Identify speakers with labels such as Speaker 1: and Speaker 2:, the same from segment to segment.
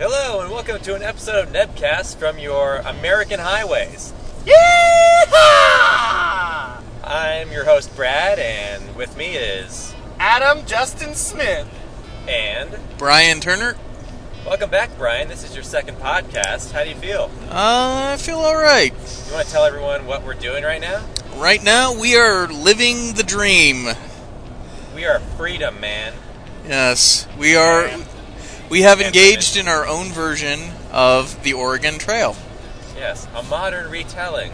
Speaker 1: welcome to an episode of Nebcast from your American highways.
Speaker 2: Yeehaw!
Speaker 1: I'm your host Brad, and with me is
Speaker 2: Adam Justin Smith.
Speaker 1: and
Speaker 3: Brian Turner?
Speaker 1: welcome back, Brian. This is your second podcast. How do you feel?
Speaker 3: Uh, I feel alright.
Speaker 1: You want to tell everyone what we're doing right now?
Speaker 3: Right now, we are living the dream.
Speaker 1: We are freedom, man.
Speaker 3: Yes, we are. We have engaged in our own version of the Oregon Trail.
Speaker 1: Yes, a modern retelling.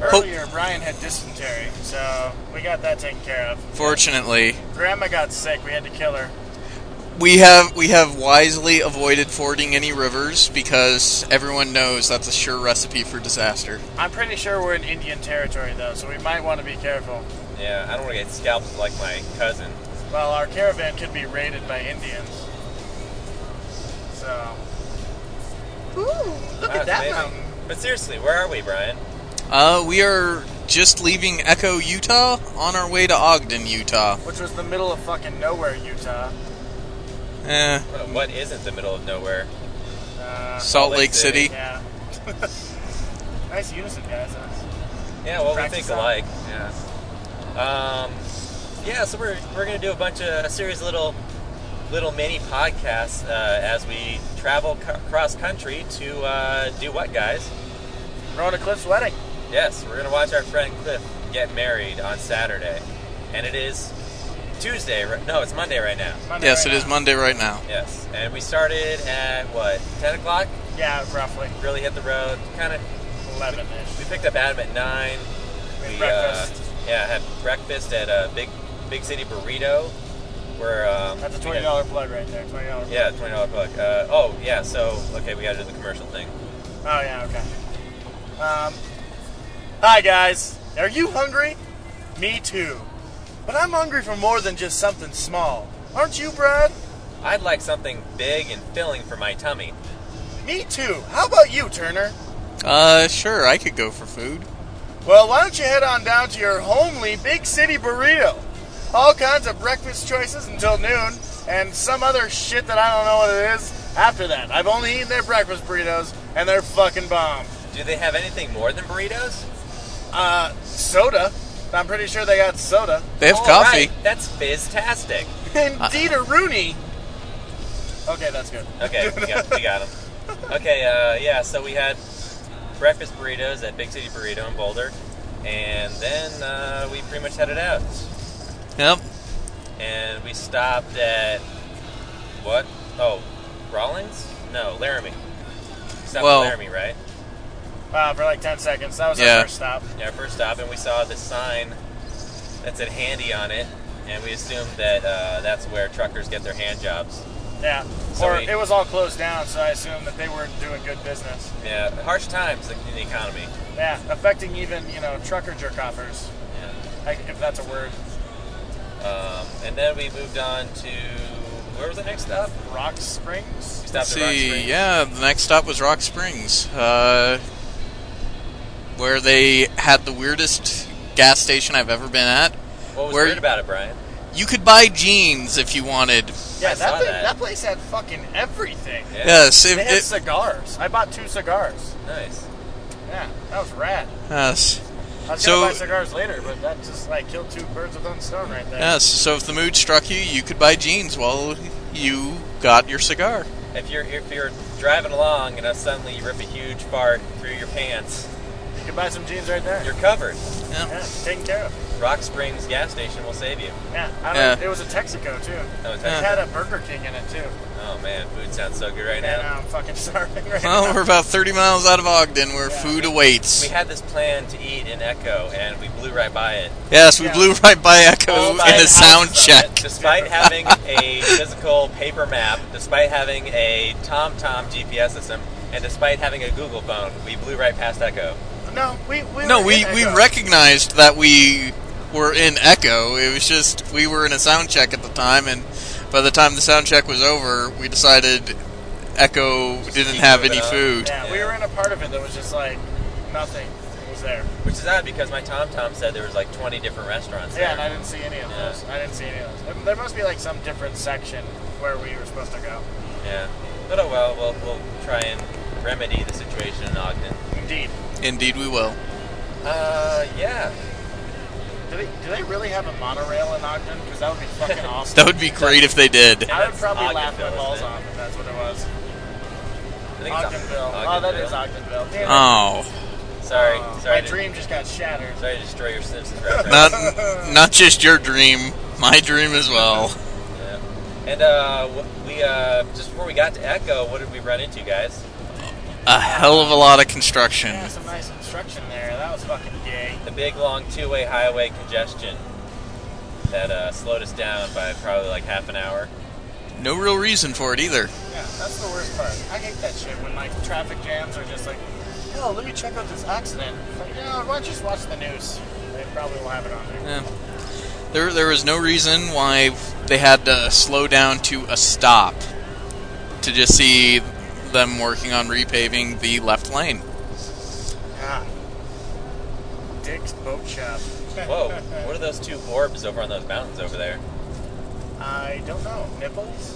Speaker 2: Earlier, Brian had dysentery, so we got that taken care of.
Speaker 3: Fortunately,
Speaker 2: Grandma got sick, we had to kill her.
Speaker 3: we have we have wisely avoided fording any rivers because everyone knows that's a sure recipe for disaster.
Speaker 2: I'm pretty sure we're in Indian territory, though, so we might want to be careful.
Speaker 1: Yeah, I don't want to get scalped like my cousin.
Speaker 2: Well, our caravan could be raided by Indians. So. Ooh, look
Speaker 1: Wow, it's amazing. But seriously, where are we, Brian?
Speaker 3: Uh, we are just leaving Echo, Utah, on our way to Ogden, Utah.
Speaker 2: Which was the middle of fucking nowhere, Utah.
Speaker 3: Eh,
Speaker 1: Uh, What isn't the middle of nowhere?
Speaker 2: Uh,
Speaker 3: Salt Lake City.
Speaker 2: Yeah. nice unison, guys. That's-
Speaker 1: Yeah, well, we
Speaker 2: Practice
Speaker 1: think
Speaker 2: that.
Speaker 1: alike. Yeah. Um, yeah, so we're, we're going to do a bunch of a series of little little mini podcasts uh, as we travel c- cross country to uh, do what, guys?
Speaker 2: Rona Cliff's wedding.
Speaker 1: Yes, we're going to watch our friend Cliff get married on Saturday, and it is Tuesday. Right? No, it's Monday right now.
Speaker 2: Monday
Speaker 3: yes,
Speaker 2: right
Speaker 3: it is
Speaker 2: now.
Speaker 3: Monday right now.
Speaker 1: Yes, and we started at what 10 o'clock.
Speaker 2: Yeah, roughly.
Speaker 1: Really hit the road. Kind of
Speaker 2: 11
Speaker 1: We
Speaker 2: ish.
Speaker 1: picked up Adam at nine.
Speaker 2: We had
Speaker 1: We
Speaker 2: breakfast.
Speaker 1: Uh, yeah had breakfast at a big big city burrito. Where um,
Speaker 2: That's a
Speaker 1: we
Speaker 2: twenty
Speaker 1: had-
Speaker 2: dollar plug right there. Twenty dollar.
Speaker 1: Yeah, twenty dollar plug. Uh, oh yeah, so okay, we got to do the commercial thing.
Speaker 2: Oh yeah. Okay. Um, hi guys. Are you hungry? Me too. But I'm hungry for more than just something small. Aren't you, Brad?
Speaker 1: I'd like something big and filling for my tummy.
Speaker 2: Me too. How about you, Turner?
Speaker 3: Uh, sure, I could go for food.
Speaker 2: Well, why don't you head on down to your homely big city burrito? All kinds of breakfast choices until noon, and some other shit that I don't know what it is after that. I've only eaten their breakfast burritos, and they're fucking bomb.
Speaker 1: Do they have anything more than burritos?
Speaker 2: Uh, soda. I'm pretty sure they got soda.
Speaker 3: They have
Speaker 1: All
Speaker 3: coffee.
Speaker 1: right, that's fantastic.
Speaker 2: And
Speaker 1: Uh,
Speaker 2: Dieter Rooney. Okay, that's good.
Speaker 1: Okay, we got, we got 'em. Okay, uh, yeah, so we had breakfast burritos at Big City Burrito in Boulder, and then uh, we pretty much headed out.
Speaker 3: Yep.
Speaker 1: and we stopped at what? Oh, Rawlings? No, Laramie. We stopped
Speaker 3: Well-
Speaker 1: at Laramie, right?
Speaker 2: Uh, for like 10 seconds. That was
Speaker 3: Yeah.
Speaker 2: our first stop.
Speaker 1: Yeah, our first stop, and we saw this sign that said "Handy" on it, and we assumed that uh, that's where truckers get their hand jobs.
Speaker 2: Yeah.
Speaker 1: So
Speaker 2: or
Speaker 1: we-
Speaker 2: it was all closed down, so I assume that they weren't doing good business.
Speaker 1: Yeah, harsh times in the economy.
Speaker 2: Yeah, affecting even, you know, trucker jerk offers,
Speaker 1: Yeah.
Speaker 2: like, if that's a word.
Speaker 1: Um, and then we moved on to where was the next stop?
Speaker 2: Rock
Speaker 1: We
Speaker 2: Springs?
Speaker 1: stopped at Rock
Speaker 3: See,
Speaker 1: Springs.
Speaker 3: yeah, the next stop was Rock Springs, uh, where they had the weirdest gas station I've ever been at.
Speaker 1: What was
Speaker 3: Where-
Speaker 1: weird about it, Brian?
Speaker 3: You could buy jeans if you wanted.
Speaker 2: Yeah,
Speaker 1: I
Speaker 2: that,
Speaker 1: saw
Speaker 2: thing,
Speaker 1: that.
Speaker 2: that. place had fucking everything.
Speaker 1: Yeah.
Speaker 3: Yes, it,
Speaker 2: They had
Speaker 3: it,
Speaker 2: cigars. I bought two cigars.
Speaker 1: Nice.
Speaker 2: Yeah, that was rad.
Speaker 3: yes,
Speaker 2: I was
Speaker 3: So-
Speaker 2: gonna buy cigars later, but that just like killed two birds with one stone right there.
Speaker 3: yes. So if the mood struck you, you could buy jeans while you got your cigar.
Speaker 1: If you're if you're driving along and uh, suddenly you rip a huge fart through your pants,
Speaker 2: You can buy some jeans right there.
Speaker 1: you're covered.
Speaker 3: Yeah.
Speaker 2: Yeah, taken care of.
Speaker 1: Rock Springs gas station will save you.
Speaker 2: Yeah, I don't,
Speaker 3: Yeah.
Speaker 2: it was a Texaco too.
Speaker 1: Oh, it's
Speaker 2: It
Speaker 3: Yeah.
Speaker 1: actually-
Speaker 2: had a Burger King in it too.
Speaker 1: oh man, food sounds so good right
Speaker 2: And
Speaker 1: now.
Speaker 2: I'm fucking starving right
Speaker 3: Well,
Speaker 2: now.
Speaker 3: we're about 30 miles out of Ogden, where
Speaker 2: Yeah.
Speaker 3: food
Speaker 1: We
Speaker 3: awaits.
Speaker 1: had this plan to eat in Echo, and we blew right by it.
Speaker 3: Yes, we
Speaker 2: Yeah.
Speaker 3: blew right by
Speaker 2: Oh,
Speaker 3: Echo
Speaker 1: All
Speaker 3: in
Speaker 1: by
Speaker 3: a
Speaker 1: the
Speaker 3: sound
Speaker 2: houses
Speaker 3: check.
Speaker 1: Despite having a physical paper map, despite having a TomTom GPS system, and despite having a Google phone, we blew right past Echo.
Speaker 2: No, we we
Speaker 3: No,
Speaker 2: were
Speaker 3: we,
Speaker 2: in
Speaker 3: we
Speaker 2: Echo.
Speaker 3: recognized that we were in Echo. It was just we were in a sound check at the time, and by the time the sound check was over, we decided Echo didn't
Speaker 1: keep
Speaker 3: have
Speaker 1: it
Speaker 3: any
Speaker 1: up.
Speaker 3: food.
Speaker 2: Yeah, we
Speaker 1: Yeah.
Speaker 2: were in a part of it that was just like nothing was there.
Speaker 1: Which is odd because my TomTom said there was like 20 different restaurants
Speaker 2: Yeah, and I
Speaker 1: there.
Speaker 2: didn't see any of
Speaker 1: Yeah.
Speaker 2: those. I didn't see any of those. There- There must be like some different section where we were supposed to go.
Speaker 1: Yeah. But oh well, we'll, we'll try and remedy the situation in Ogden.
Speaker 2: Indeed.
Speaker 3: Indeed, we will.
Speaker 1: Uh, yeah.
Speaker 2: Do they, do they really have a monorail in Ogden? Because that would be fucking awesome.
Speaker 3: That would be great if they did.
Speaker 2: I would
Speaker 1: That's
Speaker 2: probably laugh
Speaker 1: Ogdenville,
Speaker 2: my balls
Speaker 1: isn't it?
Speaker 2: off if that's what it was.
Speaker 1: I think it's
Speaker 2: Ogdenville.
Speaker 1: Ogden-
Speaker 2: Oh, that is
Speaker 1: Ogdenville.
Speaker 2: Ogdenville. Damn it.
Speaker 3: Oh,
Speaker 1: Sorry,
Speaker 2: Oh,
Speaker 1: sorry.
Speaker 2: My
Speaker 1: to,
Speaker 2: dream just got shattered.
Speaker 1: Sorry to destroy your Simpsons reference.
Speaker 3: not not just your dream, my dream as well.
Speaker 1: Yeah. And uh, wh- we uh, just before we got to Echo, what did we run into, guys?
Speaker 3: A hell of a lot of construction.
Speaker 2: Yeah, some nice construction there. That was fucking gay.
Speaker 1: The big long two-way highway congestion that uh, slowed us down by probably like half an hour.
Speaker 3: No real reason for it either.
Speaker 2: Yeah, that's the worst part. I hate that shit when like traffic jams are just like, oh, let me check out this accident. It's Like, yeah, why don't you just watch the news? They probably will have it on there.
Speaker 3: Yeah. There, there was no reason why they had to slow down to a stop to just see them working on repaving the left lane.
Speaker 2: Ah. Dick's Boat Shop.
Speaker 1: Whoa! what are those two orbs over on those mountains over there?
Speaker 2: I don't know. Nipples?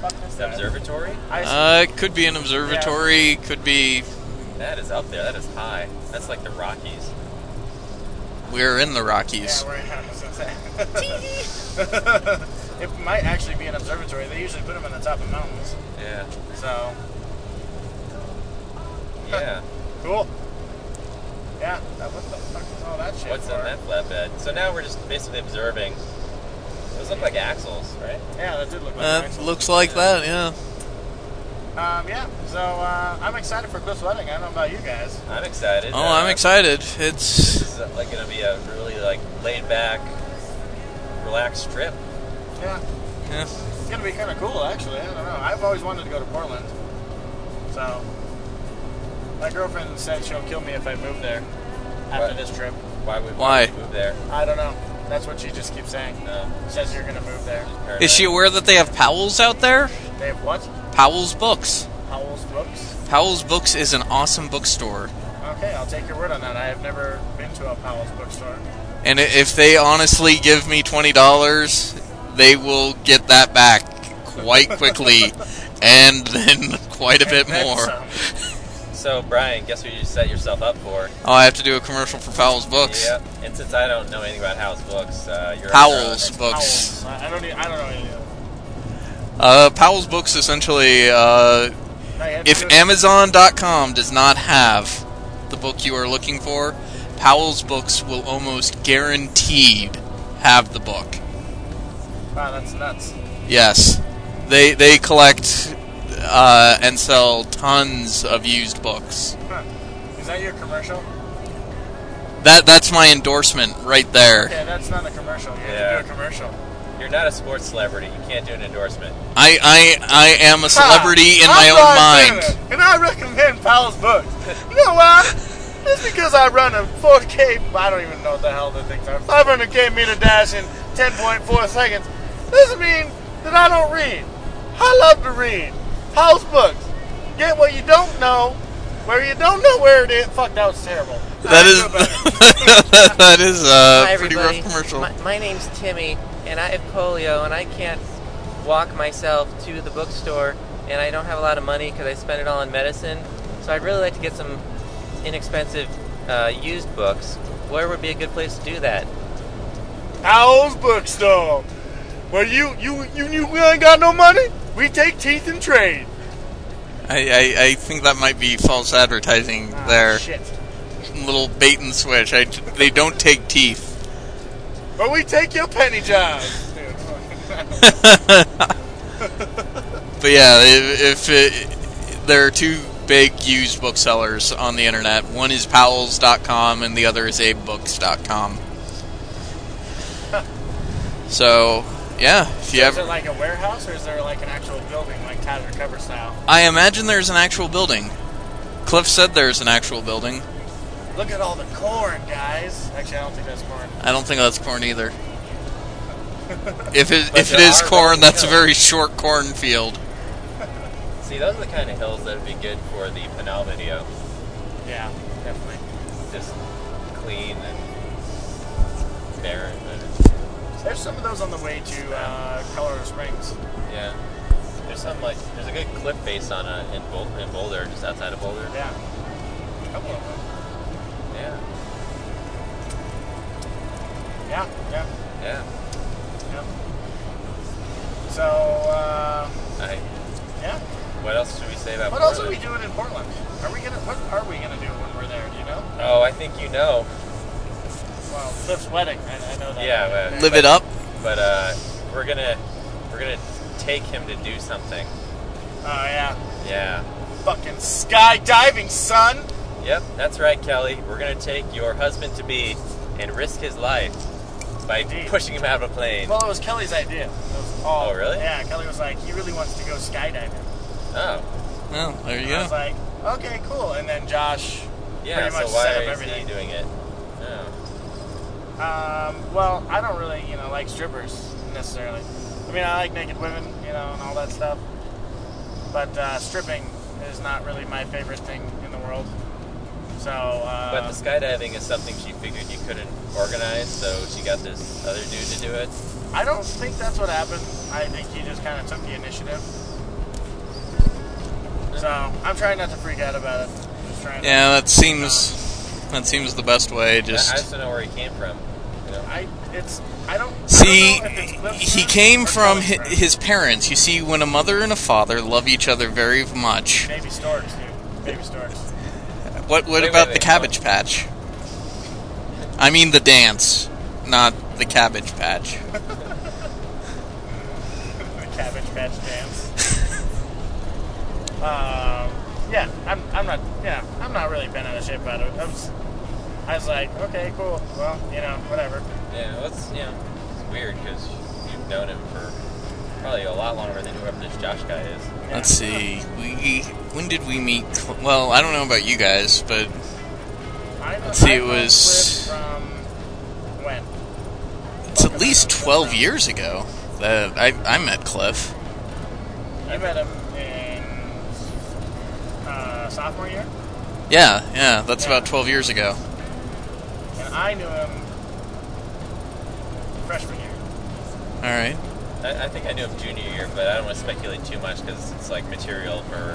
Speaker 2: What the fuck is
Speaker 1: Is that
Speaker 2: that?
Speaker 1: observatory?
Speaker 2: I,
Speaker 3: Uh, it could be an observatory, could be
Speaker 1: That is up there. That is high. That's like the Rockies.
Speaker 3: we're in the
Speaker 2: yeah,
Speaker 3: Rockies.
Speaker 2: we're in I was gonna say. it might actually be an observatory. They usually put them on the top of mountains.
Speaker 1: Yeah.
Speaker 2: So,
Speaker 1: Yeah.
Speaker 2: cool. Yeah, that, what the fuck is all that shit
Speaker 1: What's
Speaker 2: for?
Speaker 1: in that flatbed? So now we're just basically observing. Those look like axles, right?
Speaker 2: Yeah, that did look like
Speaker 3: That
Speaker 2: nice.
Speaker 3: Uh, looks like that, yeah.
Speaker 2: Um, yeah, so uh, I'm excited for Cliff's wedding. I don't know about you guys.
Speaker 1: I'm excited.
Speaker 3: Oh, I'm
Speaker 1: Uh,
Speaker 3: excited. It's
Speaker 1: This is like gonna be a really like laid back, relaxed trip.
Speaker 2: Yeah,
Speaker 3: yeah.
Speaker 2: it's gonna be kind of cool actually. I don't know. I've always wanted to go to Portland, so my girlfriend said she'll kill me if I move there after
Speaker 1: What?
Speaker 2: this trip.
Speaker 1: Why would
Speaker 3: Why?
Speaker 1: we move there?
Speaker 2: I don't know. That's what she just keeps saying.
Speaker 1: No.
Speaker 2: Says you're gonna move there.
Speaker 1: Paradise.
Speaker 3: Is she aware that they have Powell's out there?
Speaker 2: They have what?
Speaker 3: Powell's Books.
Speaker 2: Howell's Books.
Speaker 3: Powell's Books is an awesome bookstore.
Speaker 2: Okay, I'll take your word on that. I have never been to a Powell's bookstore.
Speaker 3: And i- if they honestly give me $20, they will get that back quite quickly and then quite a bit
Speaker 2: And
Speaker 3: more.
Speaker 2: some.
Speaker 1: So Brian, guess what you set yourself up for?
Speaker 3: Oh, I have to do a commercial for Powell's Books.
Speaker 1: Yeah. And since I don't know anything about House Books, uh, you're
Speaker 3: Powell's Books.
Speaker 2: Howell's. I I don't. e- I don't know any of them.
Speaker 3: Uh, Powell's Books essentially, uh,
Speaker 2: No, you have to
Speaker 3: if
Speaker 2: do it-
Speaker 3: Amazon.com does not have the book you are looking for, Powell's Books will almost guaranteed have the book.
Speaker 2: wow, that's nuts.
Speaker 3: Yes, they they collect uh, and sell tons of used books.
Speaker 2: Huh. Is that your commercial?
Speaker 3: That that's my endorsement right there.
Speaker 2: Yeah, that's not a commercial. You
Speaker 1: Yeah.
Speaker 2: have to do a commercial.
Speaker 1: You're not a sports celebrity. You can't do an endorsement.
Speaker 3: I I, I am a celebrity in
Speaker 2: Ah,
Speaker 3: my
Speaker 2: I'm
Speaker 3: own
Speaker 2: Ryan
Speaker 3: mind.
Speaker 2: Taylor, And I recommend Powell's books. You know why? It's because I run a 4K, I don't even know what the hell the things are, 500K meter dash in 10.4 seconds. Doesn't mean that I don't read. I love to read. Powell's books. Get what you don't know, where you don't know where it is. Fuck, that was terrible.
Speaker 3: That is that is a
Speaker 4: Hi,
Speaker 3: Uh, pretty
Speaker 4: everybody.
Speaker 3: rough commercial.
Speaker 4: My, my name's Timmy, and I have polio, and I can't walk myself to the bookstore, and I don't have a lot of money because I spend it all on medicine. So I'd really like to get some inexpensive uh, used books. Where would be a good place to do that?
Speaker 2: Owl's bookstore. Where you you you you ain't got no money? We take teeth and trade.
Speaker 3: I, I I think that might be false advertising
Speaker 2: Ah,
Speaker 3: there.
Speaker 2: Shit.
Speaker 3: Little bait and switch. I, they don't take teeth.
Speaker 2: Or we take your penny jobs. Dude.
Speaker 3: But yeah, if, if it, there are two big used booksellers on the internet, one is Powell's.com and the other is AbeBooks.com. so, yeah, if you
Speaker 2: Is it
Speaker 3: ever,
Speaker 2: like a warehouse or is there like an actual building, like Tyler Cover style?
Speaker 3: I imagine there's an actual building. Cliff said there's an actual building.
Speaker 2: Look at all the corn, guys. Actually, I don't think that's corn.
Speaker 3: I don't think that's corn either. If it,
Speaker 1: But
Speaker 3: if it
Speaker 1: there
Speaker 3: is
Speaker 1: are
Speaker 3: corn,
Speaker 1: rolling
Speaker 3: that's a
Speaker 1: hills.
Speaker 3: very short cornfield.
Speaker 1: See, those are the kind of hills that would be good for the Pinal video.
Speaker 2: Yeah, definitely.
Speaker 1: Just clean and barren. But
Speaker 2: There's some of those on the way to uh, Colorado Springs.
Speaker 1: yeah. There's some like there's a good cliff face on a in, Bol- in Boulder, just outside of Boulder.
Speaker 2: Yeah. Couple of them.
Speaker 1: Yeah,
Speaker 2: Yeah, yeah,
Speaker 1: yeah.
Speaker 2: yeah. So, uh,
Speaker 1: I,
Speaker 2: yeah.
Speaker 1: what else should we say about?
Speaker 2: What else are we
Speaker 1: Portland?
Speaker 2: doing in Portland? Are we gonna? What are we gonna do when we're there? Do you know?
Speaker 1: Oh, I think you know.
Speaker 2: Well, Cliff's wedding. I, I know that.
Speaker 1: Yeah, but,
Speaker 3: Live it up.
Speaker 1: but uh, we're gonna we're gonna take him to do something.
Speaker 2: Oh yeah.
Speaker 1: Yeah.
Speaker 2: Fucking skydiving, son.
Speaker 1: Yep, that's right, Kelly. We're gonna take your husband to be and risk his life by
Speaker 2: Indeed.
Speaker 1: pushing him out of a plane.
Speaker 2: Well, it was Kelly's idea. It was all,
Speaker 1: Oh, really?
Speaker 2: Yeah. Kelly was like, he really wants to go skydiving.
Speaker 1: oh,
Speaker 3: Well, there you
Speaker 2: And I was
Speaker 3: go.
Speaker 2: like, okay, cool. And then Josh.
Speaker 1: yeah.
Speaker 2: Pretty
Speaker 1: So
Speaker 2: much
Speaker 1: why
Speaker 2: set up
Speaker 1: is
Speaker 2: everything.
Speaker 1: he doing it? Oh.
Speaker 2: Um, well, I don't really, you know, like strippers necessarily. I mean, I like naked women, you know, and all that stuff. But uh, stripping is not really my favorite thing in the world. So. Uh,
Speaker 1: But the skydiving is something she figured you couldn't organize, so she got this other dude to do it.
Speaker 2: I don't think that's what happened. I think he just kind of took the initiative. So I'm trying not to freak out about it. Just trying.
Speaker 3: Yeah, that seems that seems the best way.
Speaker 1: I, I
Speaker 3: Just
Speaker 1: just don't know where he came from. You know?
Speaker 2: To, I it's I don't.
Speaker 3: see,
Speaker 2: I don't know if it's Cliff's
Speaker 3: he
Speaker 2: friend or
Speaker 3: came from
Speaker 2: Kelly's
Speaker 3: hi-
Speaker 2: friend.
Speaker 3: his parents. You see, when a mother and a father love each other very much,
Speaker 2: baby storks, dude. Baby storks.
Speaker 3: what what
Speaker 1: Wait,
Speaker 3: about
Speaker 1: wait,
Speaker 3: the
Speaker 1: wait,
Speaker 3: Cabbage Patch? I mean the dance, not the Cabbage Patch.
Speaker 2: The Cabbage Patch dance. um, yeah, I'm, I'm not. Yeah, I'm not really bent out of shape about it. I was, I was like, okay, cool. Well, you know, whatever.
Speaker 1: Yeah, well, it's, you know, it's weird because you've known him for probably a lot longer than whoever this Josh guy is.
Speaker 2: Yeah.
Speaker 3: Let's see. We when did we meet? Cl- Well, I don't know about you guys, but
Speaker 2: I know-
Speaker 3: let's see,
Speaker 2: I
Speaker 3: it
Speaker 2: know
Speaker 3: was-
Speaker 2: Cliff from when.
Speaker 3: it's at least 12 years ago that I, I met Cliff.
Speaker 2: You met him in uh, sophomore year,
Speaker 3: Yeah, yeah, that's about 12 years ago.
Speaker 2: and I knew him freshman year.
Speaker 3: All right.
Speaker 1: I, I think I knew him junior year, but I don't want to speculate too much because it's like material for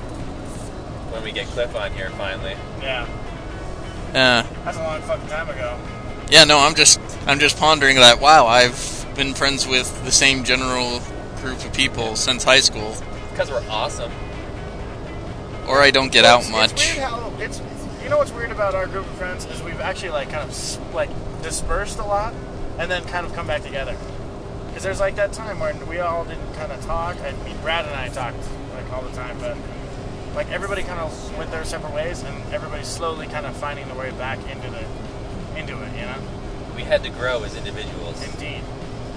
Speaker 1: when we get Cliff on here finally.
Speaker 2: Yeah,
Speaker 3: Yeah.
Speaker 2: that's a long fucking time ago.
Speaker 3: Uh, Yeah, no, I'm just I'm just pondering that. Wow, I've been friends with the same general group of people since high school,
Speaker 1: Because we're awesome.
Speaker 3: or I don't get
Speaker 2: Well,
Speaker 3: out
Speaker 2: it's-
Speaker 3: much.
Speaker 2: It's weird how it's. You know what's weird about our group of friends is we've actually like kind of s- like dispersed a lot, and then kind of come back together. Because there's like that time when we all didn't kind of talk. I mean, Brad and I talked like all the time, but like everybody kind of went their separate ways, and everybody's slowly kind of finding their way back into the into it. You know,
Speaker 1: We had to grow as individuals.
Speaker 2: indeed,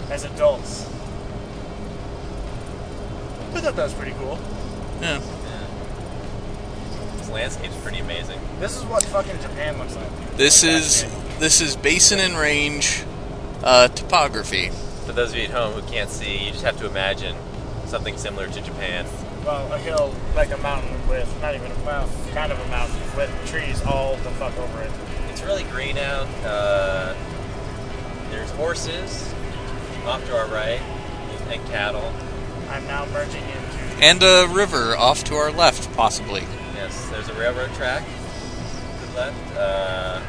Speaker 2: as adults. I thought that was pretty cool.
Speaker 3: Yeah.
Speaker 1: This landscape's pretty amazing.
Speaker 2: This is what fucking Japan looks like. dude.
Speaker 3: This
Speaker 2: Like,
Speaker 3: is
Speaker 2: that's it.
Speaker 3: this is basin and range uh, topography.
Speaker 1: For those of you at home who can't see, you just have to imagine something similar to Japan.
Speaker 2: Well, a hill, like a mountain with, not even, well, kind of a mountain with trees all the fuck over it.
Speaker 1: It's really green out. Uh, there's horses off to our right and cattle.
Speaker 2: I'm now merging into.
Speaker 3: And a river off to our left, possibly.
Speaker 1: Yes, there's a railroad track to the left. Uh,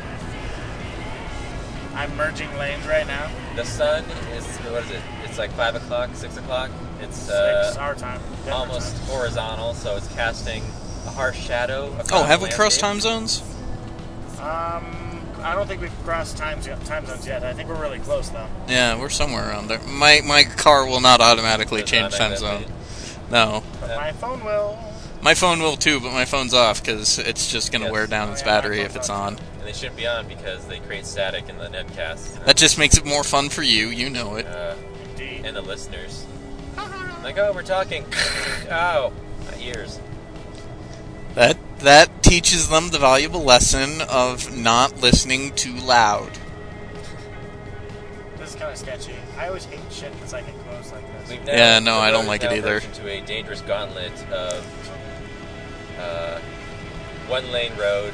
Speaker 2: I'm merging lanes right now.
Speaker 1: the sun is, what is it? It's like 5 o'clock, 6 o'clock. It's
Speaker 2: Six,
Speaker 1: uh,
Speaker 2: our time. Denver
Speaker 1: almost
Speaker 2: time.
Speaker 1: horizontal, so it's casting a harsh shadow.
Speaker 3: Oh,
Speaker 1: across
Speaker 3: have
Speaker 1: the
Speaker 3: we crossed
Speaker 1: landscape.
Speaker 3: time zones?
Speaker 2: Um, I don't think we've crossed time, zo- time zones yet. I think we're really close though.
Speaker 3: Yeah, we're somewhere around there. My my car will not automatically
Speaker 1: Does
Speaker 3: change
Speaker 1: not
Speaker 3: time
Speaker 1: exactly-
Speaker 3: zone. No.
Speaker 2: But
Speaker 1: Yeah.
Speaker 2: my phone will.
Speaker 3: My phone will too, but my phone's off because it's just gonna
Speaker 1: Yes.
Speaker 3: wear down
Speaker 2: Oh,
Speaker 3: its
Speaker 2: yeah, my
Speaker 3: battery if
Speaker 2: phone's
Speaker 3: it's
Speaker 2: off.
Speaker 3: on.
Speaker 1: And they shouldn't be on because they create static in the uh, netcast.
Speaker 3: That just makes it more fun for you. You know it.
Speaker 1: Uh,
Speaker 2: Indeed.
Speaker 1: and the listeners. Like, oh, we're talking. Ow, my ears.
Speaker 3: That that teaches them the valuable lesson of not listening too loud.
Speaker 2: This is kind of sketchy. I always hate shit that's like enclosed like this.
Speaker 1: We've now-
Speaker 3: Yeah, no,
Speaker 1: the
Speaker 3: I don't
Speaker 1: road
Speaker 3: like
Speaker 1: is
Speaker 3: it
Speaker 1: now
Speaker 3: either.
Speaker 1: merged Into a dangerous gauntlet of uh, one lane road,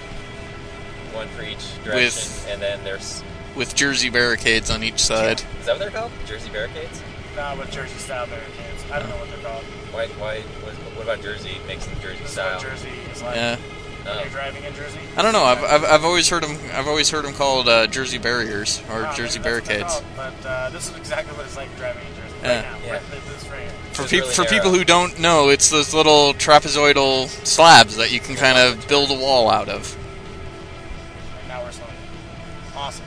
Speaker 1: one for each direction, and then there's.
Speaker 3: With jersey barricades on each side.
Speaker 1: Is that what they're called? Jersey barricades?
Speaker 2: Nah, with Jersey style barricades. I don't know what they're called.
Speaker 1: Why? Why? What, what about Jersey? Makes them Jersey
Speaker 2: This is
Speaker 1: style.
Speaker 2: what Jersey is like.
Speaker 3: Yeah.
Speaker 2: When
Speaker 1: Oh.
Speaker 2: you're driving in Jersey.
Speaker 3: I don't know. I've, I've, I've always heard them. I've always heard them called uh, Jersey barriers or
Speaker 2: Uh,
Speaker 3: Jersey
Speaker 2: maybe
Speaker 3: barricades.
Speaker 2: that's what they're called, but uh, this is exactly what it's like driving in Jersey
Speaker 3: Yeah.
Speaker 2: right now.
Speaker 1: Yeah.
Speaker 2: Right, this right here.
Speaker 3: For,
Speaker 1: It's
Speaker 3: peop
Speaker 1: really
Speaker 3: for people
Speaker 1: narrow.
Speaker 3: who don't know, it's those little trapezoidal slabs that you can kind of build a wall out of.
Speaker 2: Like, now we're slowing. Awesome.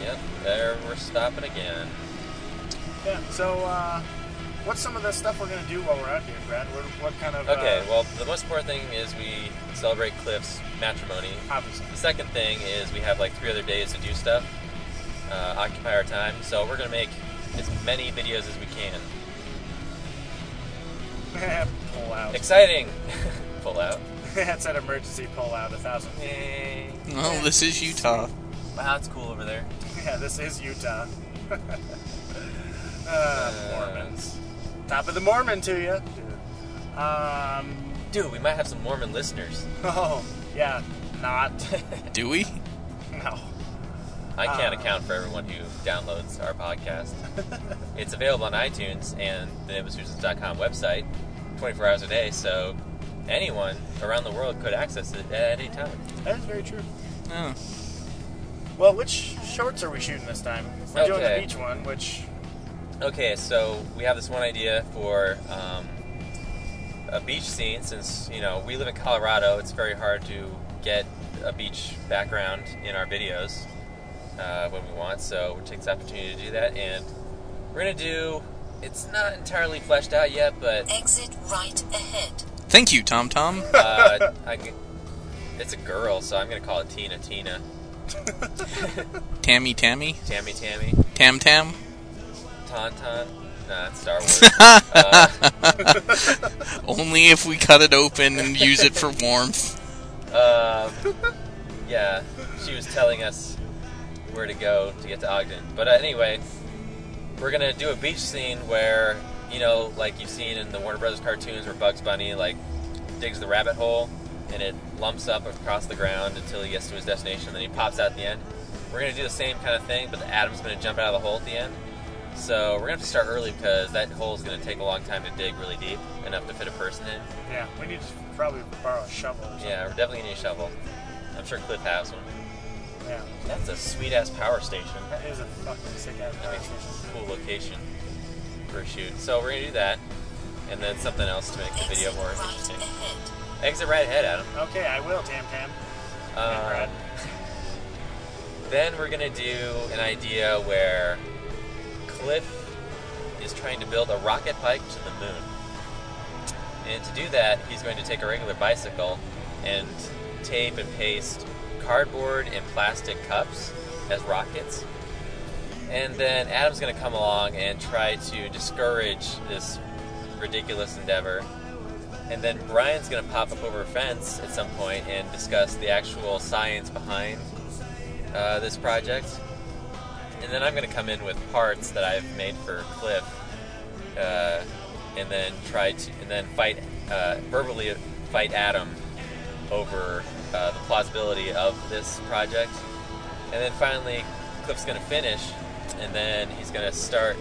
Speaker 1: Yep. There we're stopping again.
Speaker 2: Yeah. So, uh, what's some of the stuff we're gonna do while we're out here, Brad? What, what kind of?
Speaker 1: Okay.
Speaker 2: Uh,
Speaker 1: Well, the most important thing is we celebrate Cliff's matrimony.
Speaker 2: obviously.
Speaker 1: The second thing is we have like three other days to do stuff, uh, occupy our time. So we're gonna make as many videos as we can.
Speaker 2: pull out.
Speaker 1: Exciting. Pull out.
Speaker 2: That's an emergency pull out. A thousand.
Speaker 3: Well, this is Utah.
Speaker 4: Wow, it's cool over there.
Speaker 2: Yeah, this is Utah. uh, Mormons. Top of the Mormon to you. Um,
Speaker 1: Dude, we might have some Mormon listeners.
Speaker 2: oh, yeah, not.
Speaker 3: Do we?
Speaker 2: no.
Speaker 1: I can't
Speaker 2: Ah.
Speaker 1: account for everyone who downloads our podcast. it's available on iTunes and the NimbusSusans.com website 24 hours a day, so anyone around the world could access it at any time.
Speaker 2: That is very true.
Speaker 3: Oh.
Speaker 2: Well, which shorts are we shooting this time? We're doing the
Speaker 1: Okay.
Speaker 2: beach one, which.
Speaker 1: Okay, so we have this one idea for um, a beach scene since, you know, we live in Colorado. It's very hard to get a beach background in our videos uh, when we want, so we take this opportunity to do that. And we're going to do, it's not entirely fleshed out yet, but
Speaker 5: Exit right ahead.
Speaker 3: Thank you, Tom Tom.
Speaker 1: uh, I, g- it's a girl, so I'm gonna call it Tina. Tina,
Speaker 3: Tammy Tammy.
Speaker 1: Tammy, Tammy,
Speaker 3: Tam Tam.
Speaker 1: Tauntaun. Nah, it's Star Wars. uh,
Speaker 3: Only if we cut it open and use it for warmth.
Speaker 1: um, yeah, she was telling us where to go to get to Ogden. But uh, anyway, we're gonna do a beach scene where you know, like you've seen in the Warner Brothers cartoons, where Bugs Bunny like digs the rabbit hole and it lumps up across the ground until he gets to his destination, and then he pops out at the end. We're gonna do the same kind of thing, but the Adam's gonna jump out of the hole at the end. So we're gonna have to start early because that hole's gonna take a long time to dig really deep, enough to fit a person in.
Speaker 2: Yeah, we need to probably borrow a shovel or something.
Speaker 1: Yeah, we're definitely gonna need a shovel. I'm sure Cliff has one.
Speaker 2: Yeah.
Speaker 1: That's a sweet ass power station.
Speaker 2: That is a fucking sick ass
Speaker 1: That
Speaker 2: power
Speaker 1: makes
Speaker 2: station.
Speaker 1: a cool location for a shoot. So we're gonna do that, and then something else to make the video
Speaker 5: Exit
Speaker 1: more
Speaker 5: right
Speaker 1: interesting.
Speaker 5: ahead.
Speaker 1: Exit right ahead, Adam.
Speaker 2: Okay, I will, Tam Tam.
Speaker 1: Uh, then we're gonna do an idea where Cliff is trying to build a rocket bike to the moon. And to do that, he's going to take a regular bicycle and tape and paste cardboard and plastic cups as rockets. And then Adam's going to come along and try to discourage this ridiculous endeavor. And then Brian's going to pop up over a fence at some point and discuss the actual science behind uh, this project. And then I'm going to come in with parts that I've made for Cliff, uh, and then try to, and then fight uh, verbally fight Adam over uh, the plausibility of this project. And then finally, Cliff's going to finish, and then he's going to start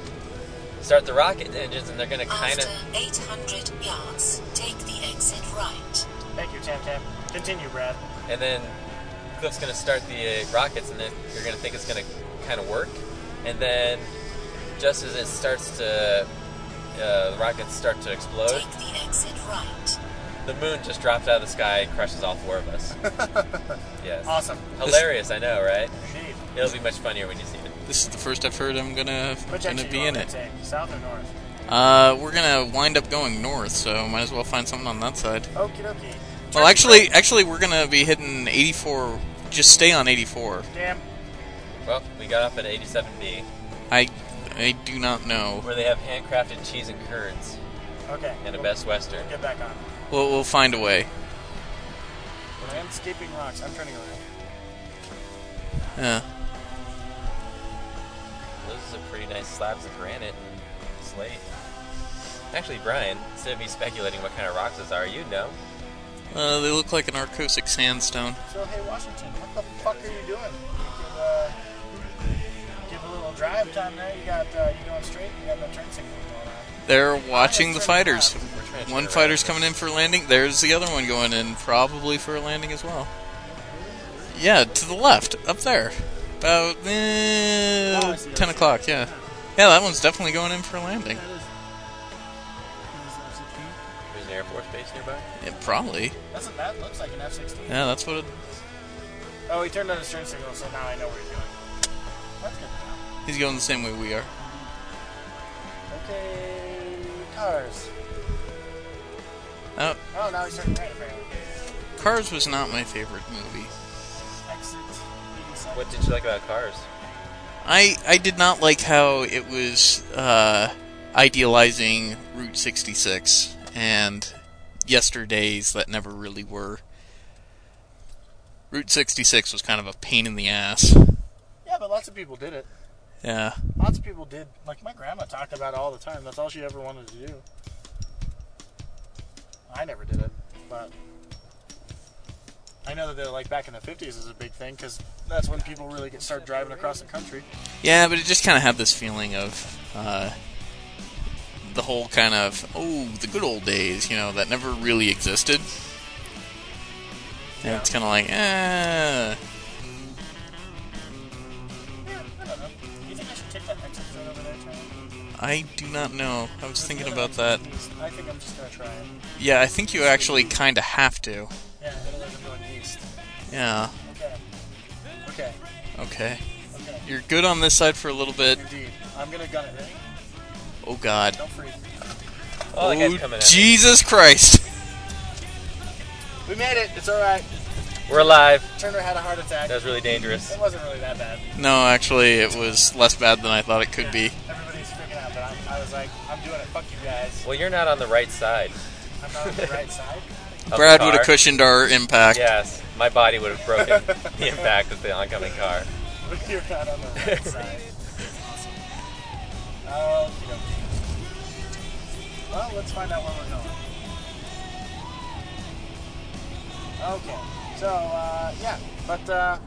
Speaker 1: start the rocket engines, and they're going to kind of.
Speaker 5: After 800 yards, take the exit right.
Speaker 2: Thank you, Tam Tam. Continue, Brad.
Speaker 1: and then Cliff's gonna start the uh, rockets, and then you're gonna think it's gonna kind of work, and then just as it starts to, uh, the rockets start to explode,
Speaker 5: Take the exit right.
Speaker 1: the moon just drops out of the sky and crushes all four of us. yes.
Speaker 2: Awesome.
Speaker 1: Hilarious, I know, right?
Speaker 2: Indeed.
Speaker 1: It'll be much funnier when you see it.
Speaker 3: This is the first I've heard I'm gonna
Speaker 2: Which
Speaker 3: gonna
Speaker 2: exit
Speaker 3: be
Speaker 2: you
Speaker 3: in
Speaker 2: want me
Speaker 3: it.
Speaker 2: to take, South or north?
Speaker 3: Uh, we're gonna wind up going north, so might as well find something on that side.
Speaker 2: Okie dokie.
Speaker 3: Well, actually, actually, we're gonna be hitting 84. Just stay on 84.
Speaker 2: Damn.
Speaker 1: Well, we got off at 87B,
Speaker 3: I, I do not know.
Speaker 1: where they have handcrafted cheese and curds
Speaker 2: Okay.
Speaker 1: and a
Speaker 2: we'll
Speaker 1: Best Western.
Speaker 2: Get back on.
Speaker 3: We'll, we'll find a way.
Speaker 2: Landscaping rocks. I'm turning around.
Speaker 3: Yeah.
Speaker 1: Those are pretty nice slabs of granite and slate. Actually, Brian, instead of me speculating what kind of rocks those are, you know.
Speaker 3: Uh, they look like an arcosic sandstone.
Speaker 2: So hey, Washington, what the fuck are you doing? Give, uh, give a little drive time there. You got uh, you going straight? You got no turn signal going on.
Speaker 3: They're watching the fighters.
Speaker 1: We're trying to
Speaker 3: One
Speaker 1: turn
Speaker 3: fighter's coming in for a landing. There's the other one going in, probably for a landing as well. Yeah, to the left, up there, about eh,
Speaker 6: Oh, I see, I
Speaker 3: ten
Speaker 6: see.
Speaker 3: o'clock. Yeah, yeah, that one's definitely going in for a landing.
Speaker 6: That is- that is absolutely-
Speaker 1: around. There's an Air Force base nearby.
Speaker 3: Yeah, probably.
Speaker 2: That's what that looks like an F-16.
Speaker 3: Yeah, that's what. It,
Speaker 2: Oh, he turned on his turn signal, so now I know where he's going. That's good to
Speaker 3: he's going the same way we are.
Speaker 2: know. Okay, cars.
Speaker 3: Uh,
Speaker 2: Oh, now he's turning right, apparently.
Speaker 3: Cars was not my favorite movie.
Speaker 2: Exit 87.
Speaker 1: What did you like about cars?
Speaker 3: I I did not like how it was uh, idealizing Route 66 and yesterdays that never really were. Route 66 was kind of a pain in the ass.
Speaker 2: Yeah, but lots of people did it.
Speaker 3: Yeah.
Speaker 2: Lots of people did. Like my grandma talked about it all the time. That's all she ever wanted to do. I never did it, but I know that they're like back in the fifties is a big thing because that's when people really get start driving across the country.
Speaker 3: Yeah, but it just kind of had this feeling of uh, the whole kind of oh, the good old days, you know, that never really existed. And it's kind of like, eh.
Speaker 2: Yeah, I don't know. You think I should take that exit zone over there? Charlie?
Speaker 3: I do not know. I was thinking about that.
Speaker 2: I think I'm just gonna try it.
Speaker 3: Yeah, I think you actually kind of have to.
Speaker 2: Yeah, otherwise I'm going east.
Speaker 3: Yeah.
Speaker 2: Okay. Okay.
Speaker 3: Okay.
Speaker 2: Okay.
Speaker 3: You're good on this side for a little bit.
Speaker 2: Indeed. I'm gonna gun it. Ready?
Speaker 3: Oh God.
Speaker 2: Don't freeze.
Speaker 1: Oh, that
Speaker 3: oh
Speaker 1: guy's coming at me.
Speaker 3: Jesus Christ.
Speaker 2: We made it. It's all right.
Speaker 1: We're alive.
Speaker 2: Turner had a heart attack.
Speaker 1: That was really dangerous.
Speaker 2: It wasn't really that bad.
Speaker 3: No, actually, it was less bad than I thought it could be.
Speaker 2: Everybody's freaking out, but I'm, I was like, I'm doing it. Fuck you guys.
Speaker 1: Well, you're not on the right side.
Speaker 2: I'm not on the right side.
Speaker 1: of the
Speaker 3: Brad would
Speaker 1: car.
Speaker 3: have cushioned our impact.
Speaker 1: Yes, my body would have broken the impact of the oncoming car.
Speaker 2: But you're not on the right side. Oh, you Well, let's find out where we're going. Okay. So, uh, yeah. But uh,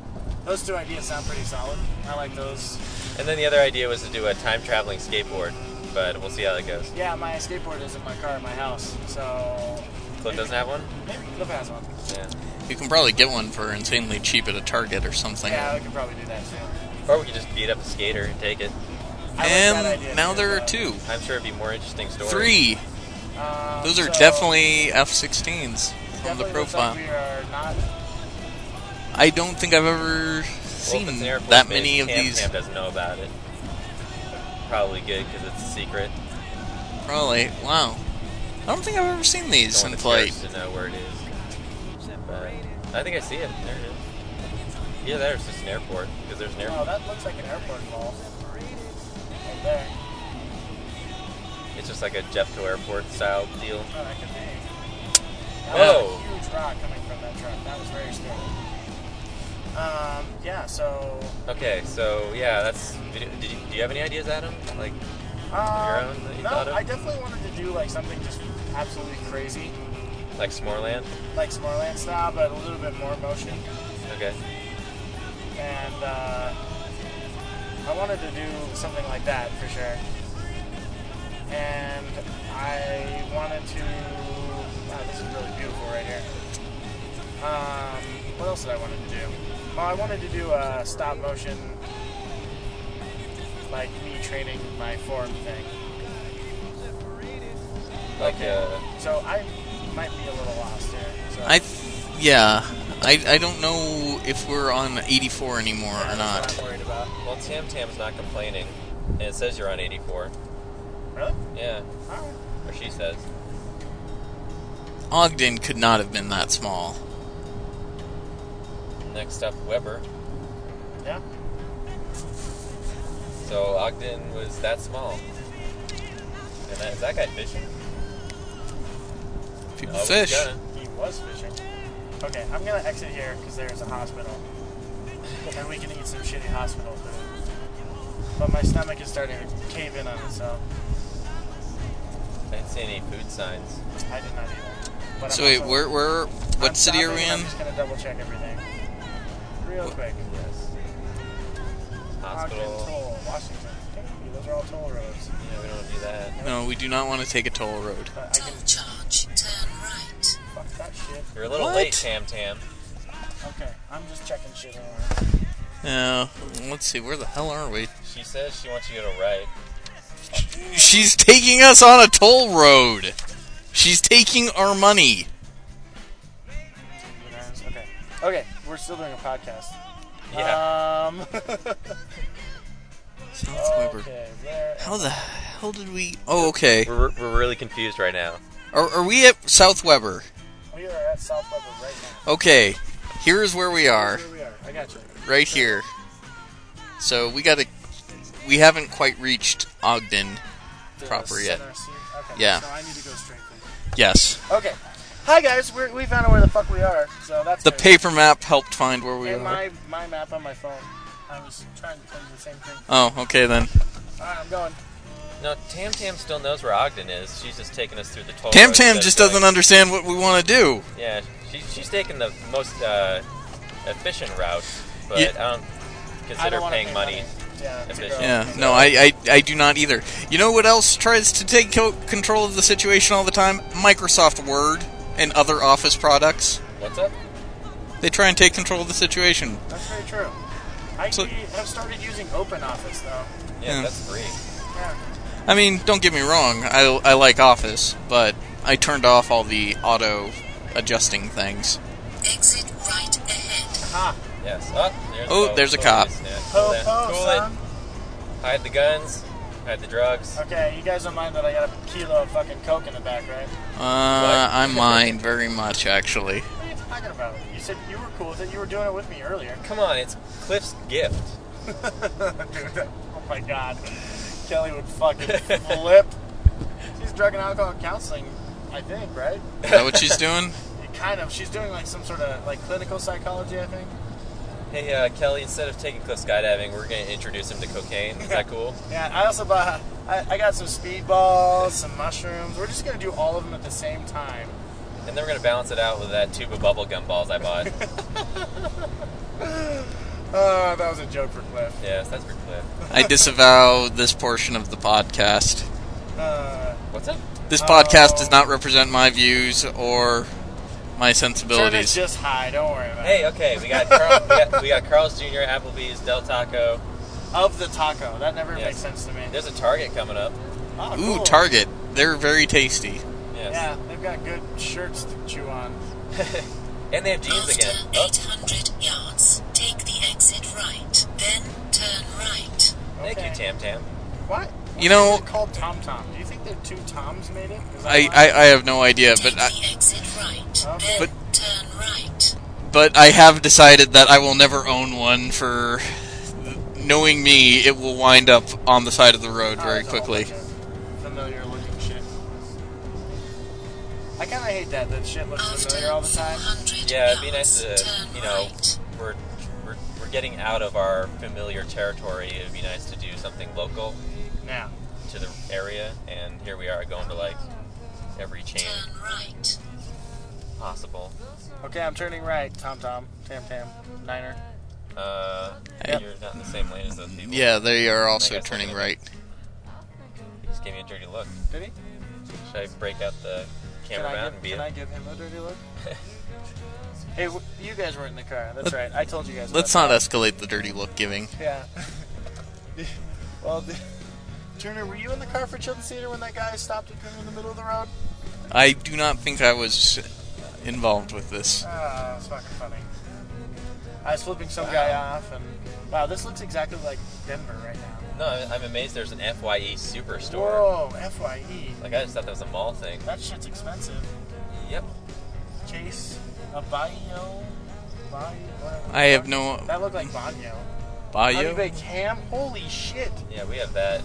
Speaker 2: those two ideas sound pretty solid. I like those.
Speaker 1: And then the other idea was to do a time traveling skateboard, but we'll see how that goes.
Speaker 2: Yeah, my skateboard is in my car at my house. So,
Speaker 1: Cliff doesn't have one.
Speaker 2: maybe Cliff has one.
Speaker 1: Yeah.
Speaker 3: You can probably get one for insanely cheap at a Target or something.
Speaker 2: Yeah, we could probably do that too.
Speaker 1: Or we could just beat up a skater and take it.
Speaker 2: I like that
Speaker 3: and
Speaker 2: idea,
Speaker 3: now
Speaker 2: too,
Speaker 3: there are
Speaker 2: though.
Speaker 3: two,
Speaker 1: I'm sure it'd be more interesting story.
Speaker 3: three.
Speaker 2: Um,
Speaker 3: Those are
Speaker 2: so
Speaker 3: definitely F-16s on the
Speaker 2: definitely looks like
Speaker 3: profile.
Speaker 2: We are not.
Speaker 3: I don't think I've ever
Speaker 1: Well, if
Speaker 3: seen
Speaker 1: it's an Air Force
Speaker 3: that
Speaker 1: base,
Speaker 3: many of
Speaker 1: Cam
Speaker 3: these.
Speaker 1: Cam doesn't know about it. Probably good because it's a secret.
Speaker 3: Probably. Wow. I don't think I've ever seen
Speaker 1: Don't
Speaker 3: these
Speaker 1: want
Speaker 3: in
Speaker 1: the
Speaker 3: flight.
Speaker 1: terrorists to know where it is. But I think I see it. There it is. Yeah, there's just an airport because there's an
Speaker 2: Oh,
Speaker 1: airport.
Speaker 2: that looks like an airport mall. Right there.
Speaker 1: It's just like a Jeffco airport style deal.
Speaker 2: Oh, that could be. That
Speaker 1: Whoa.
Speaker 2: Was a huge rock coming from that truck. That was very scary. Um, yeah. So.
Speaker 1: Okay, so yeah, that's. Did you, do you have any ideas, Adam? Like, Your
Speaker 2: Um,
Speaker 1: own that you
Speaker 2: no,
Speaker 1: thought of?
Speaker 2: I definitely wanted to do like something just absolutely crazy,
Speaker 1: like S'moreland?
Speaker 2: like Smartland style, but a little bit more motion.
Speaker 1: Okay.
Speaker 2: and uh, I wanted to do something like that for sure. And I wanted to. Wow, this is really beautiful right here. Um, what else did I wanted to do? Oh, I wanted to do a stop motion, like me training my form thing.
Speaker 1: Like, uh,
Speaker 2: So I might be a little lost here. So
Speaker 3: I, yeah, I, I don't know if we're on 84 anymore or not.
Speaker 2: that's What I'm worried about.
Speaker 1: well, Tam Tam's not complaining, and it says you're on 84.
Speaker 2: Really?
Speaker 1: Yeah,
Speaker 2: All
Speaker 1: or
Speaker 2: right.
Speaker 1: she says.
Speaker 3: Ogden could not have been that small.
Speaker 1: Next up, Weber.
Speaker 2: Yeah.
Speaker 1: So Ogden was that small. And that, is that guy fishing?
Speaker 3: People
Speaker 1: No, he's
Speaker 3: fish.
Speaker 1: gonna.
Speaker 2: He was fishing. Okay, I'm gonna exit here because there's a hospital. and we can eat some shitty hospital food. But my stomach is starting to cave in on itself.
Speaker 1: I didn't see any food signs.
Speaker 2: I did not eat it. But I'm
Speaker 3: So wait,
Speaker 2: also-
Speaker 3: where, where, what
Speaker 2: I'm
Speaker 3: city are
Speaker 2: stopping
Speaker 3: we
Speaker 2: and
Speaker 3: in?
Speaker 2: I'm just gonna double check everything. Real quick.
Speaker 1: Yes.
Speaker 2: Ogden
Speaker 1: Hospital.
Speaker 2: Toll, Washington, Kentucky. Those are all toll roads.
Speaker 1: Yeah. Yeah, we don't want to do that.
Speaker 3: No, we do not want to take a toll road.
Speaker 2: I can
Speaker 5: Toll charge. Turn right.
Speaker 2: fuck that shit.
Speaker 1: You're a little
Speaker 3: What?
Speaker 1: late, Tam Tam.
Speaker 2: Okay, I'm just checking shit around.
Speaker 3: Uh, let's see, where the hell are we?
Speaker 1: She says she wants you to go right.
Speaker 3: She's taking us on a toll road. She's taking our money.
Speaker 2: Okay. Okay, we're still doing a podcast.
Speaker 1: Yeah.
Speaker 2: Um,
Speaker 3: South Weber.
Speaker 2: Oh, okay, where
Speaker 3: How the hell did we? Oh, okay.
Speaker 1: we're, we're really confused right now.
Speaker 3: Are, are we at South Weber?
Speaker 2: we are at South Weber right now.
Speaker 3: Okay. Here is where we are.
Speaker 2: Here we are. I got you.
Speaker 3: Right here. So we gotta. We haven't quite reached Ogden.
Speaker 2: The
Speaker 3: Proper yet.
Speaker 2: NRC. Okay,
Speaker 3: Yeah.
Speaker 2: So I need to go straight. then.
Speaker 3: Yes.
Speaker 2: Okay. Hi guys, we're, we found out where the fuck we are. So that's
Speaker 3: The
Speaker 2: good.
Speaker 3: paper map helped find where we
Speaker 2: And
Speaker 3: are.
Speaker 2: my my map on my phone. I was trying to tell you the same thing.
Speaker 3: Oh, okay then.
Speaker 2: All right, I'm going.
Speaker 1: No, Tam Tam still knows where Ogden is. She's just taking us through the toll.
Speaker 3: Tam
Speaker 1: road
Speaker 3: Tam
Speaker 1: instead
Speaker 3: just
Speaker 1: of
Speaker 3: doesn't understand what we want to do.
Speaker 1: going- Yeah, she, she's taking the most uh, efficient route, but
Speaker 3: Yeah.
Speaker 1: I don't
Speaker 2: I
Speaker 1: consider
Speaker 2: don't want to
Speaker 1: paying
Speaker 2: pay
Speaker 1: money.
Speaker 2: Yeah. to
Speaker 1: Ambition.
Speaker 2: go.
Speaker 3: Yeah, no, I, I, I do not either. You know what else tries to take co- control of the situation all the time? Microsoft Word and other Office products.
Speaker 1: What's up?
Speaker 3: They try and take control of the situation.
Speaker 2: That's very true. I
Speaker 3: So-
Speaker 2: have started using OpenOffice though.
Speaker 1: Yeah,
Speaker 3: Yeah.
Speaker 1: that's free.
Speaker 2: Yeah.
Speaker 3: I mean, don't get me wrong, I, I like Office, but I turned off all the auto adjusting things.
Speaker 5: Exit right ahead.
Speaker 3: Ah.
Speaker 2: Ha.
Speaker 1: Yes. Oh, there's
Speaker 3: Oh,
Speaker 1: boat.
Speaker 3: there's a
Speaker 1: Cool
Speaker 3: cop.
Speaker 1: it. Yeah, cool
Speaker 2: Ho
Speaker 1: it.
Speaker 2: ho,
Speaker 1: Cool it.
Speaker 2: son.
Speaker 1: Hide the guns. Hide the drugs.
Speaker 2: Okay, you guys don't mind that I got a kilo of fucking coke in the back, right?
Speaker 3: Uh, I mind very much, actually.
Speaker 2: What are you talking about? You said you were cool with it. You were doing it with me earlier.
Speaker 1: Come on, it's Cliff's gift.
Speaker 2: Dude, oh my god. Kelly would fucking flip. She's drug and alcohol counseling, I think, right?
Speaker 3: Is that what she's doing?
Speaker 2: Kind of. She's doing like some sort of like clinical psychology, I think.
Speaker 1: Hey, uh, Kelly, instead of taking Cliff skydiving, we're going to introduce him to cocaine. Is that cool?
Speaker 2: Yeah, I also bought. I, I got some speedballs, some mushrooms. We're just gonna do all of them at the same time.
Speaker 1: And then we're going to balance it out with that tube of bubble gum balls I bought.
Speaker 2: Uh, that was a joke for Cliff.
Speaker 1: yes, that's for Cliff.
Speaker 3: I disavow this portion of the podcast.
Speaker 2: Uh,
Speaker 1: What's up?
Speaker 3: This podcast
Speaker 2: Oh.
Speaker 3: does not represent my views or my
Speaker 2: Turner's
Speaker 3: sensibilities.
Speaker 2: just high. Don't worry about it.
Speaker 1: Hey, okay, we got, Carl, we, got, we got Carl's Jr., Applebee's, Del Taco.
Speaker 2: Of the taco, that never
Speaker 1: Yes.
Speaker 2: makes sense to me.
Speaker 1: There's a Target coming up.
Speaker 2: Oh,
Speaker 3: Ooh,
Speaker 2: cool.
Speaker 3: Target. They're very tasty.
Speaker 1: Yes.
Speaker 2: Yeah, they've got good shirts to chew on.
Speaker 1: And they have jeans
Speaker 5: After
Speaker 1: again. Oh,
Speaker 5: 800 yards, take the exit right. Then turn right.
Speaker 1: thank you,
Speaker 2: Okay.
Speaker 1: Tam Tam.
Speaker 2: What?
Speaker 3: You know-
Speaker 2: They're called Tom Tom. Do you think the two Toms made it? Is that
Speaker 3: I,
Speaker 2: why?
Speaker 3: I, I have no idea,
Speaker 5: Take
Speaker 3: but I,
Speaker 5: the exit right.
Speaker 2: Okay.
Speaker 5: Then
Speaker 3: But-
Speaker 5: turn right.
Speaker 3: but I have decided that I will never own one for knowing me, it will wind up on the side of the road
Speaker 2: Oh,
Speaker 3: very
Speaker 2: it's a whole
Speaker 3: quickly.
Speaker 2: bunch of Familiar looking shit. I kind of hate that. That shit looks
Speaker 5: After
Speaker 2: familiar all the time.
Speaker 5: 400
Speaker 1: Yeah, it'd be nice
Speaker 5: yards,
Speaker 1: to,
Speaker 5: turn
Speaker 1: you know,
Speaker 5: right.
Speaker 1: we're, we're, we're getting out of our familiar territory. It'd be nice to do something local
Speaker 2: Now.
Speaker 1: to the area. And here we are going to like every chain
Speaker 5: Turn right.
Speaker 1: possible.
Speaker 2: Okay, I'm turning right. Tom Tom. Tam Tam. Niner.
Speaker 1: Uh,
Speaker 3: Hey.
Speaker 1: You're not in the same lane as those people.
Speaker 3: Yeah, they are
Speaker 1: I
Speaker 3: also
Speaker 1: guess
Speaker 3: turning
Speaker 1: I'm-
Speaker 3: right.
Speaker 1: He just gave me a dirty look.
Speaker 2: Did he?
Speaker 1: Should I break out the
Speaker 2: Can
Speaker 1: camera
Speaker 2: I,
Speaker 1: mount
Speaker 2: give,
Speaker 1: and be
Speaker 2: can
Speaker 1: a-
Speaker 2: I give him a dirty look? hey, w- you guys were in the car. That's right. I told you guys.
Speaker 3: Let's
Speaker 2: about
Speaker 3: not escalate the dirty look giving.
Speaker 2: that. Yeah. well, the- Turner, were you in the car for Children's Theater when that guy stopped at you in the middle of the road?
Speaker 3: I do not think I was involved with this.
Speaker 2: Ah, that's fucking funny. I was flipping some guy off, and wow, this looks exactly like Denver right now.
Speaker 1: No, I'm- I'm amazed there's an FYE superstore.
Speaker 2: Whoa, Fye.
Speaker 1: Like, I just thought that was a mall thing.
Speaker 2: That shit's expensive.
Speaker 1: Yep.
Speaker 2: Chase, a Bayo, Bayo.
Speaker 3: I have no
Speaker 2: That looked like Bayo. Honey
Speaker 3: bio.
Speaker 2: baked ham. Holy shit. Um,
Speaker 1: Yeah, we have that.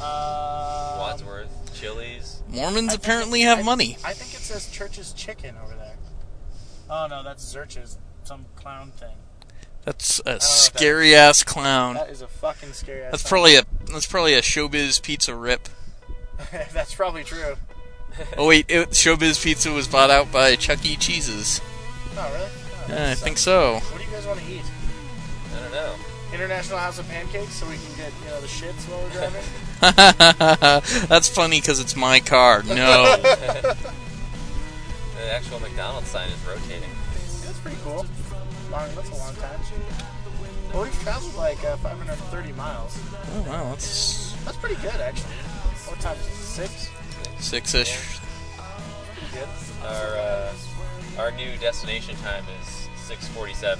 Speaker 2: Uh,
Speaker 1: Wadsworth, Chili's.
Speaker 3: Mormons
Speaker 2: I think
Speaker 3: apparently
Speaker 2: it's- I
Speaker 3: have
Speaker 2: th-
Speaker 3: money.
Speaker 2: I think it says Church's Chicken over there. Oh no, that's Zurch's, some clown thing.
Speaker 3: That's a
Speaker 2: that-
Speaker 3: scary ass clown.
Speaker 2: That is a fucking scary. ass
Speaker 3: That's
Speaker 2: thing.
Speaker 3: probably a that's probably a showbiz pizza rip.
Speaker 2: that's probably true.
Speaker 3: Oh wait, it, showbiz pizza was bought out by Chuck E. Cheese's.
Speaker 2: Oh really? Oh, that
Speaker 3: Yeah, I
Speaker 2: sucks.
Speaker 3: think so.
Speaker 2: What do you guys want to eat?
Speaker 1: I don't know.
Speaker 2: International House of Pancakes, so we can get you know the shits while we're driving.
Speaker 3: That's funny because it's my car. No. Oh,
Speaker 1: The actual McDonald's sign is rotating.
Speaker 2: That's pretty cool. Long, that's a long time. Well, we've traveled like uh, 530 miles.
Speaker 3: Oh, wow, that's
Speaker 2: That's pretty good, actually. What time is it? Six?
Speaker 3: six ish.
Speaker 2: Pretty good.
Speaker 1: Our uh, our new destination time is 6:47.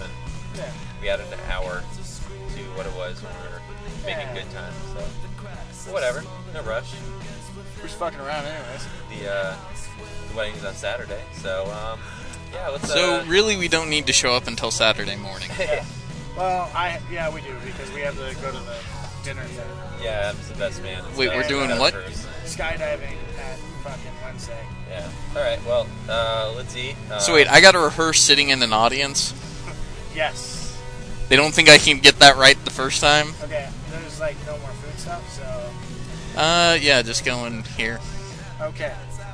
Speaker 2: Yeah.
Speaker 1: We added an hour to what it was when we were making good time. So whatever, no rush.
Speaker 2: We're just fucking around, anyways.
Speaker 1: The uh, the wedding's on Saturday, so um, yeah. Let's
Speaker 3: So,
Speaker 1: uh,
Speaker 3: really, we don't need to show up until Saturday morning.
Speaker 2: Well, I yeah, we do because we have to go to the dinner thing.
Speaker 1: yeah, I'm the best man. and
Speaker 3: Wait,
Speaker 1: stuff.
Speaker 3: we're doing
Speaker 1: That's
Speaker 3: what?
Speaker 1: first.
Speaker 2: Skydiving at fucking Wednesday.
Speaker 1: Yeah. All right. Well, uh, let's eat. Uh,
Speaker 3: So, wait, I gotta rehearse sitting in an audience?
Speaker 2: Yes.
Speaker 3: They don't think I can get that right the first time?
Speaker 2: Okay. There's like no more food stuff, so
Speaker 3: Uh, yeah, just going here.
Speaker 2: okay.
Speaker 1: Uh,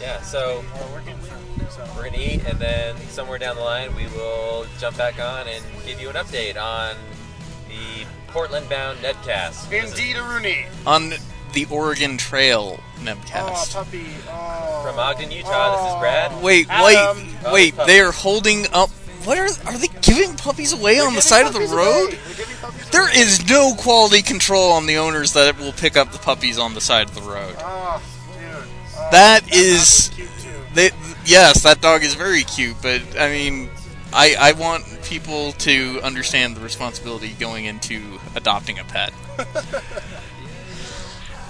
Speaker 1: Yeah. So
Speaker 2: Well, we're getting food, so
Speaker 1: we're gonna eat, and then somewhere down the line, we will jump back on and give you an update on the Portland-bound Nedcast. This is
Speaker 2: indeed a Rooney.
Speaker 3: On the Oregon Trail
Speaker 2: Oh,
Speaker 3: Nebcast.
Speaker 2: puppy. Oh.
Speaker 1: From Ogden, Utah. This is Brad.
Speaker 3: Wait,
Speaker 2: Adam.
Speaker 3: wait, wait,
Speaker 1: Oh,
Speaker 3: they are holding up. What are. Are they giving puppies away on the side of the road? There is no quality control on the owners that will pick up the puppies on the side of the road.
Speaker 2: Oh, dude. Oh,
Speaker 3: That
Speaker 2: dog
Speaker 3: is-
Speaker 2: was Cute too.
Speaker 3: They, yes, that dog is very cute, but I mean, I, I want people to understand the responsibility going into adopting a pet.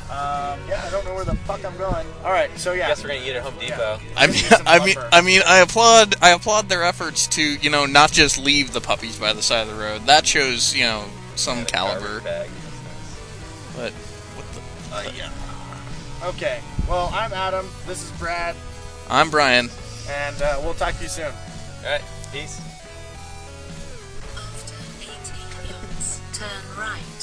Speaker 2: Um, yeah, I don't know where the fuck I'm going. All right, so yeah.
Speaker 1: Guess we're gonna eat at Home Depot.
Speaker 3: I mean, I mean, I mean, I applaud, I applaud their efforts to, you know, not just leave the puppies by the side of the road. That shows, you know, some
Speaker 1: And a
Speaker 3: caliber.
Speaker 1: garbage Bag.
Speaker 3: But what the?
Speaker 2: Okay. Well, I'm Adam. This is Brad,
Speaker 3: I'm Brian.
Speaker 2: and uh, we'll talk to you soon.
Speaker 1: All right. Peace.
Speaker 5: After 18 minutes, turn right.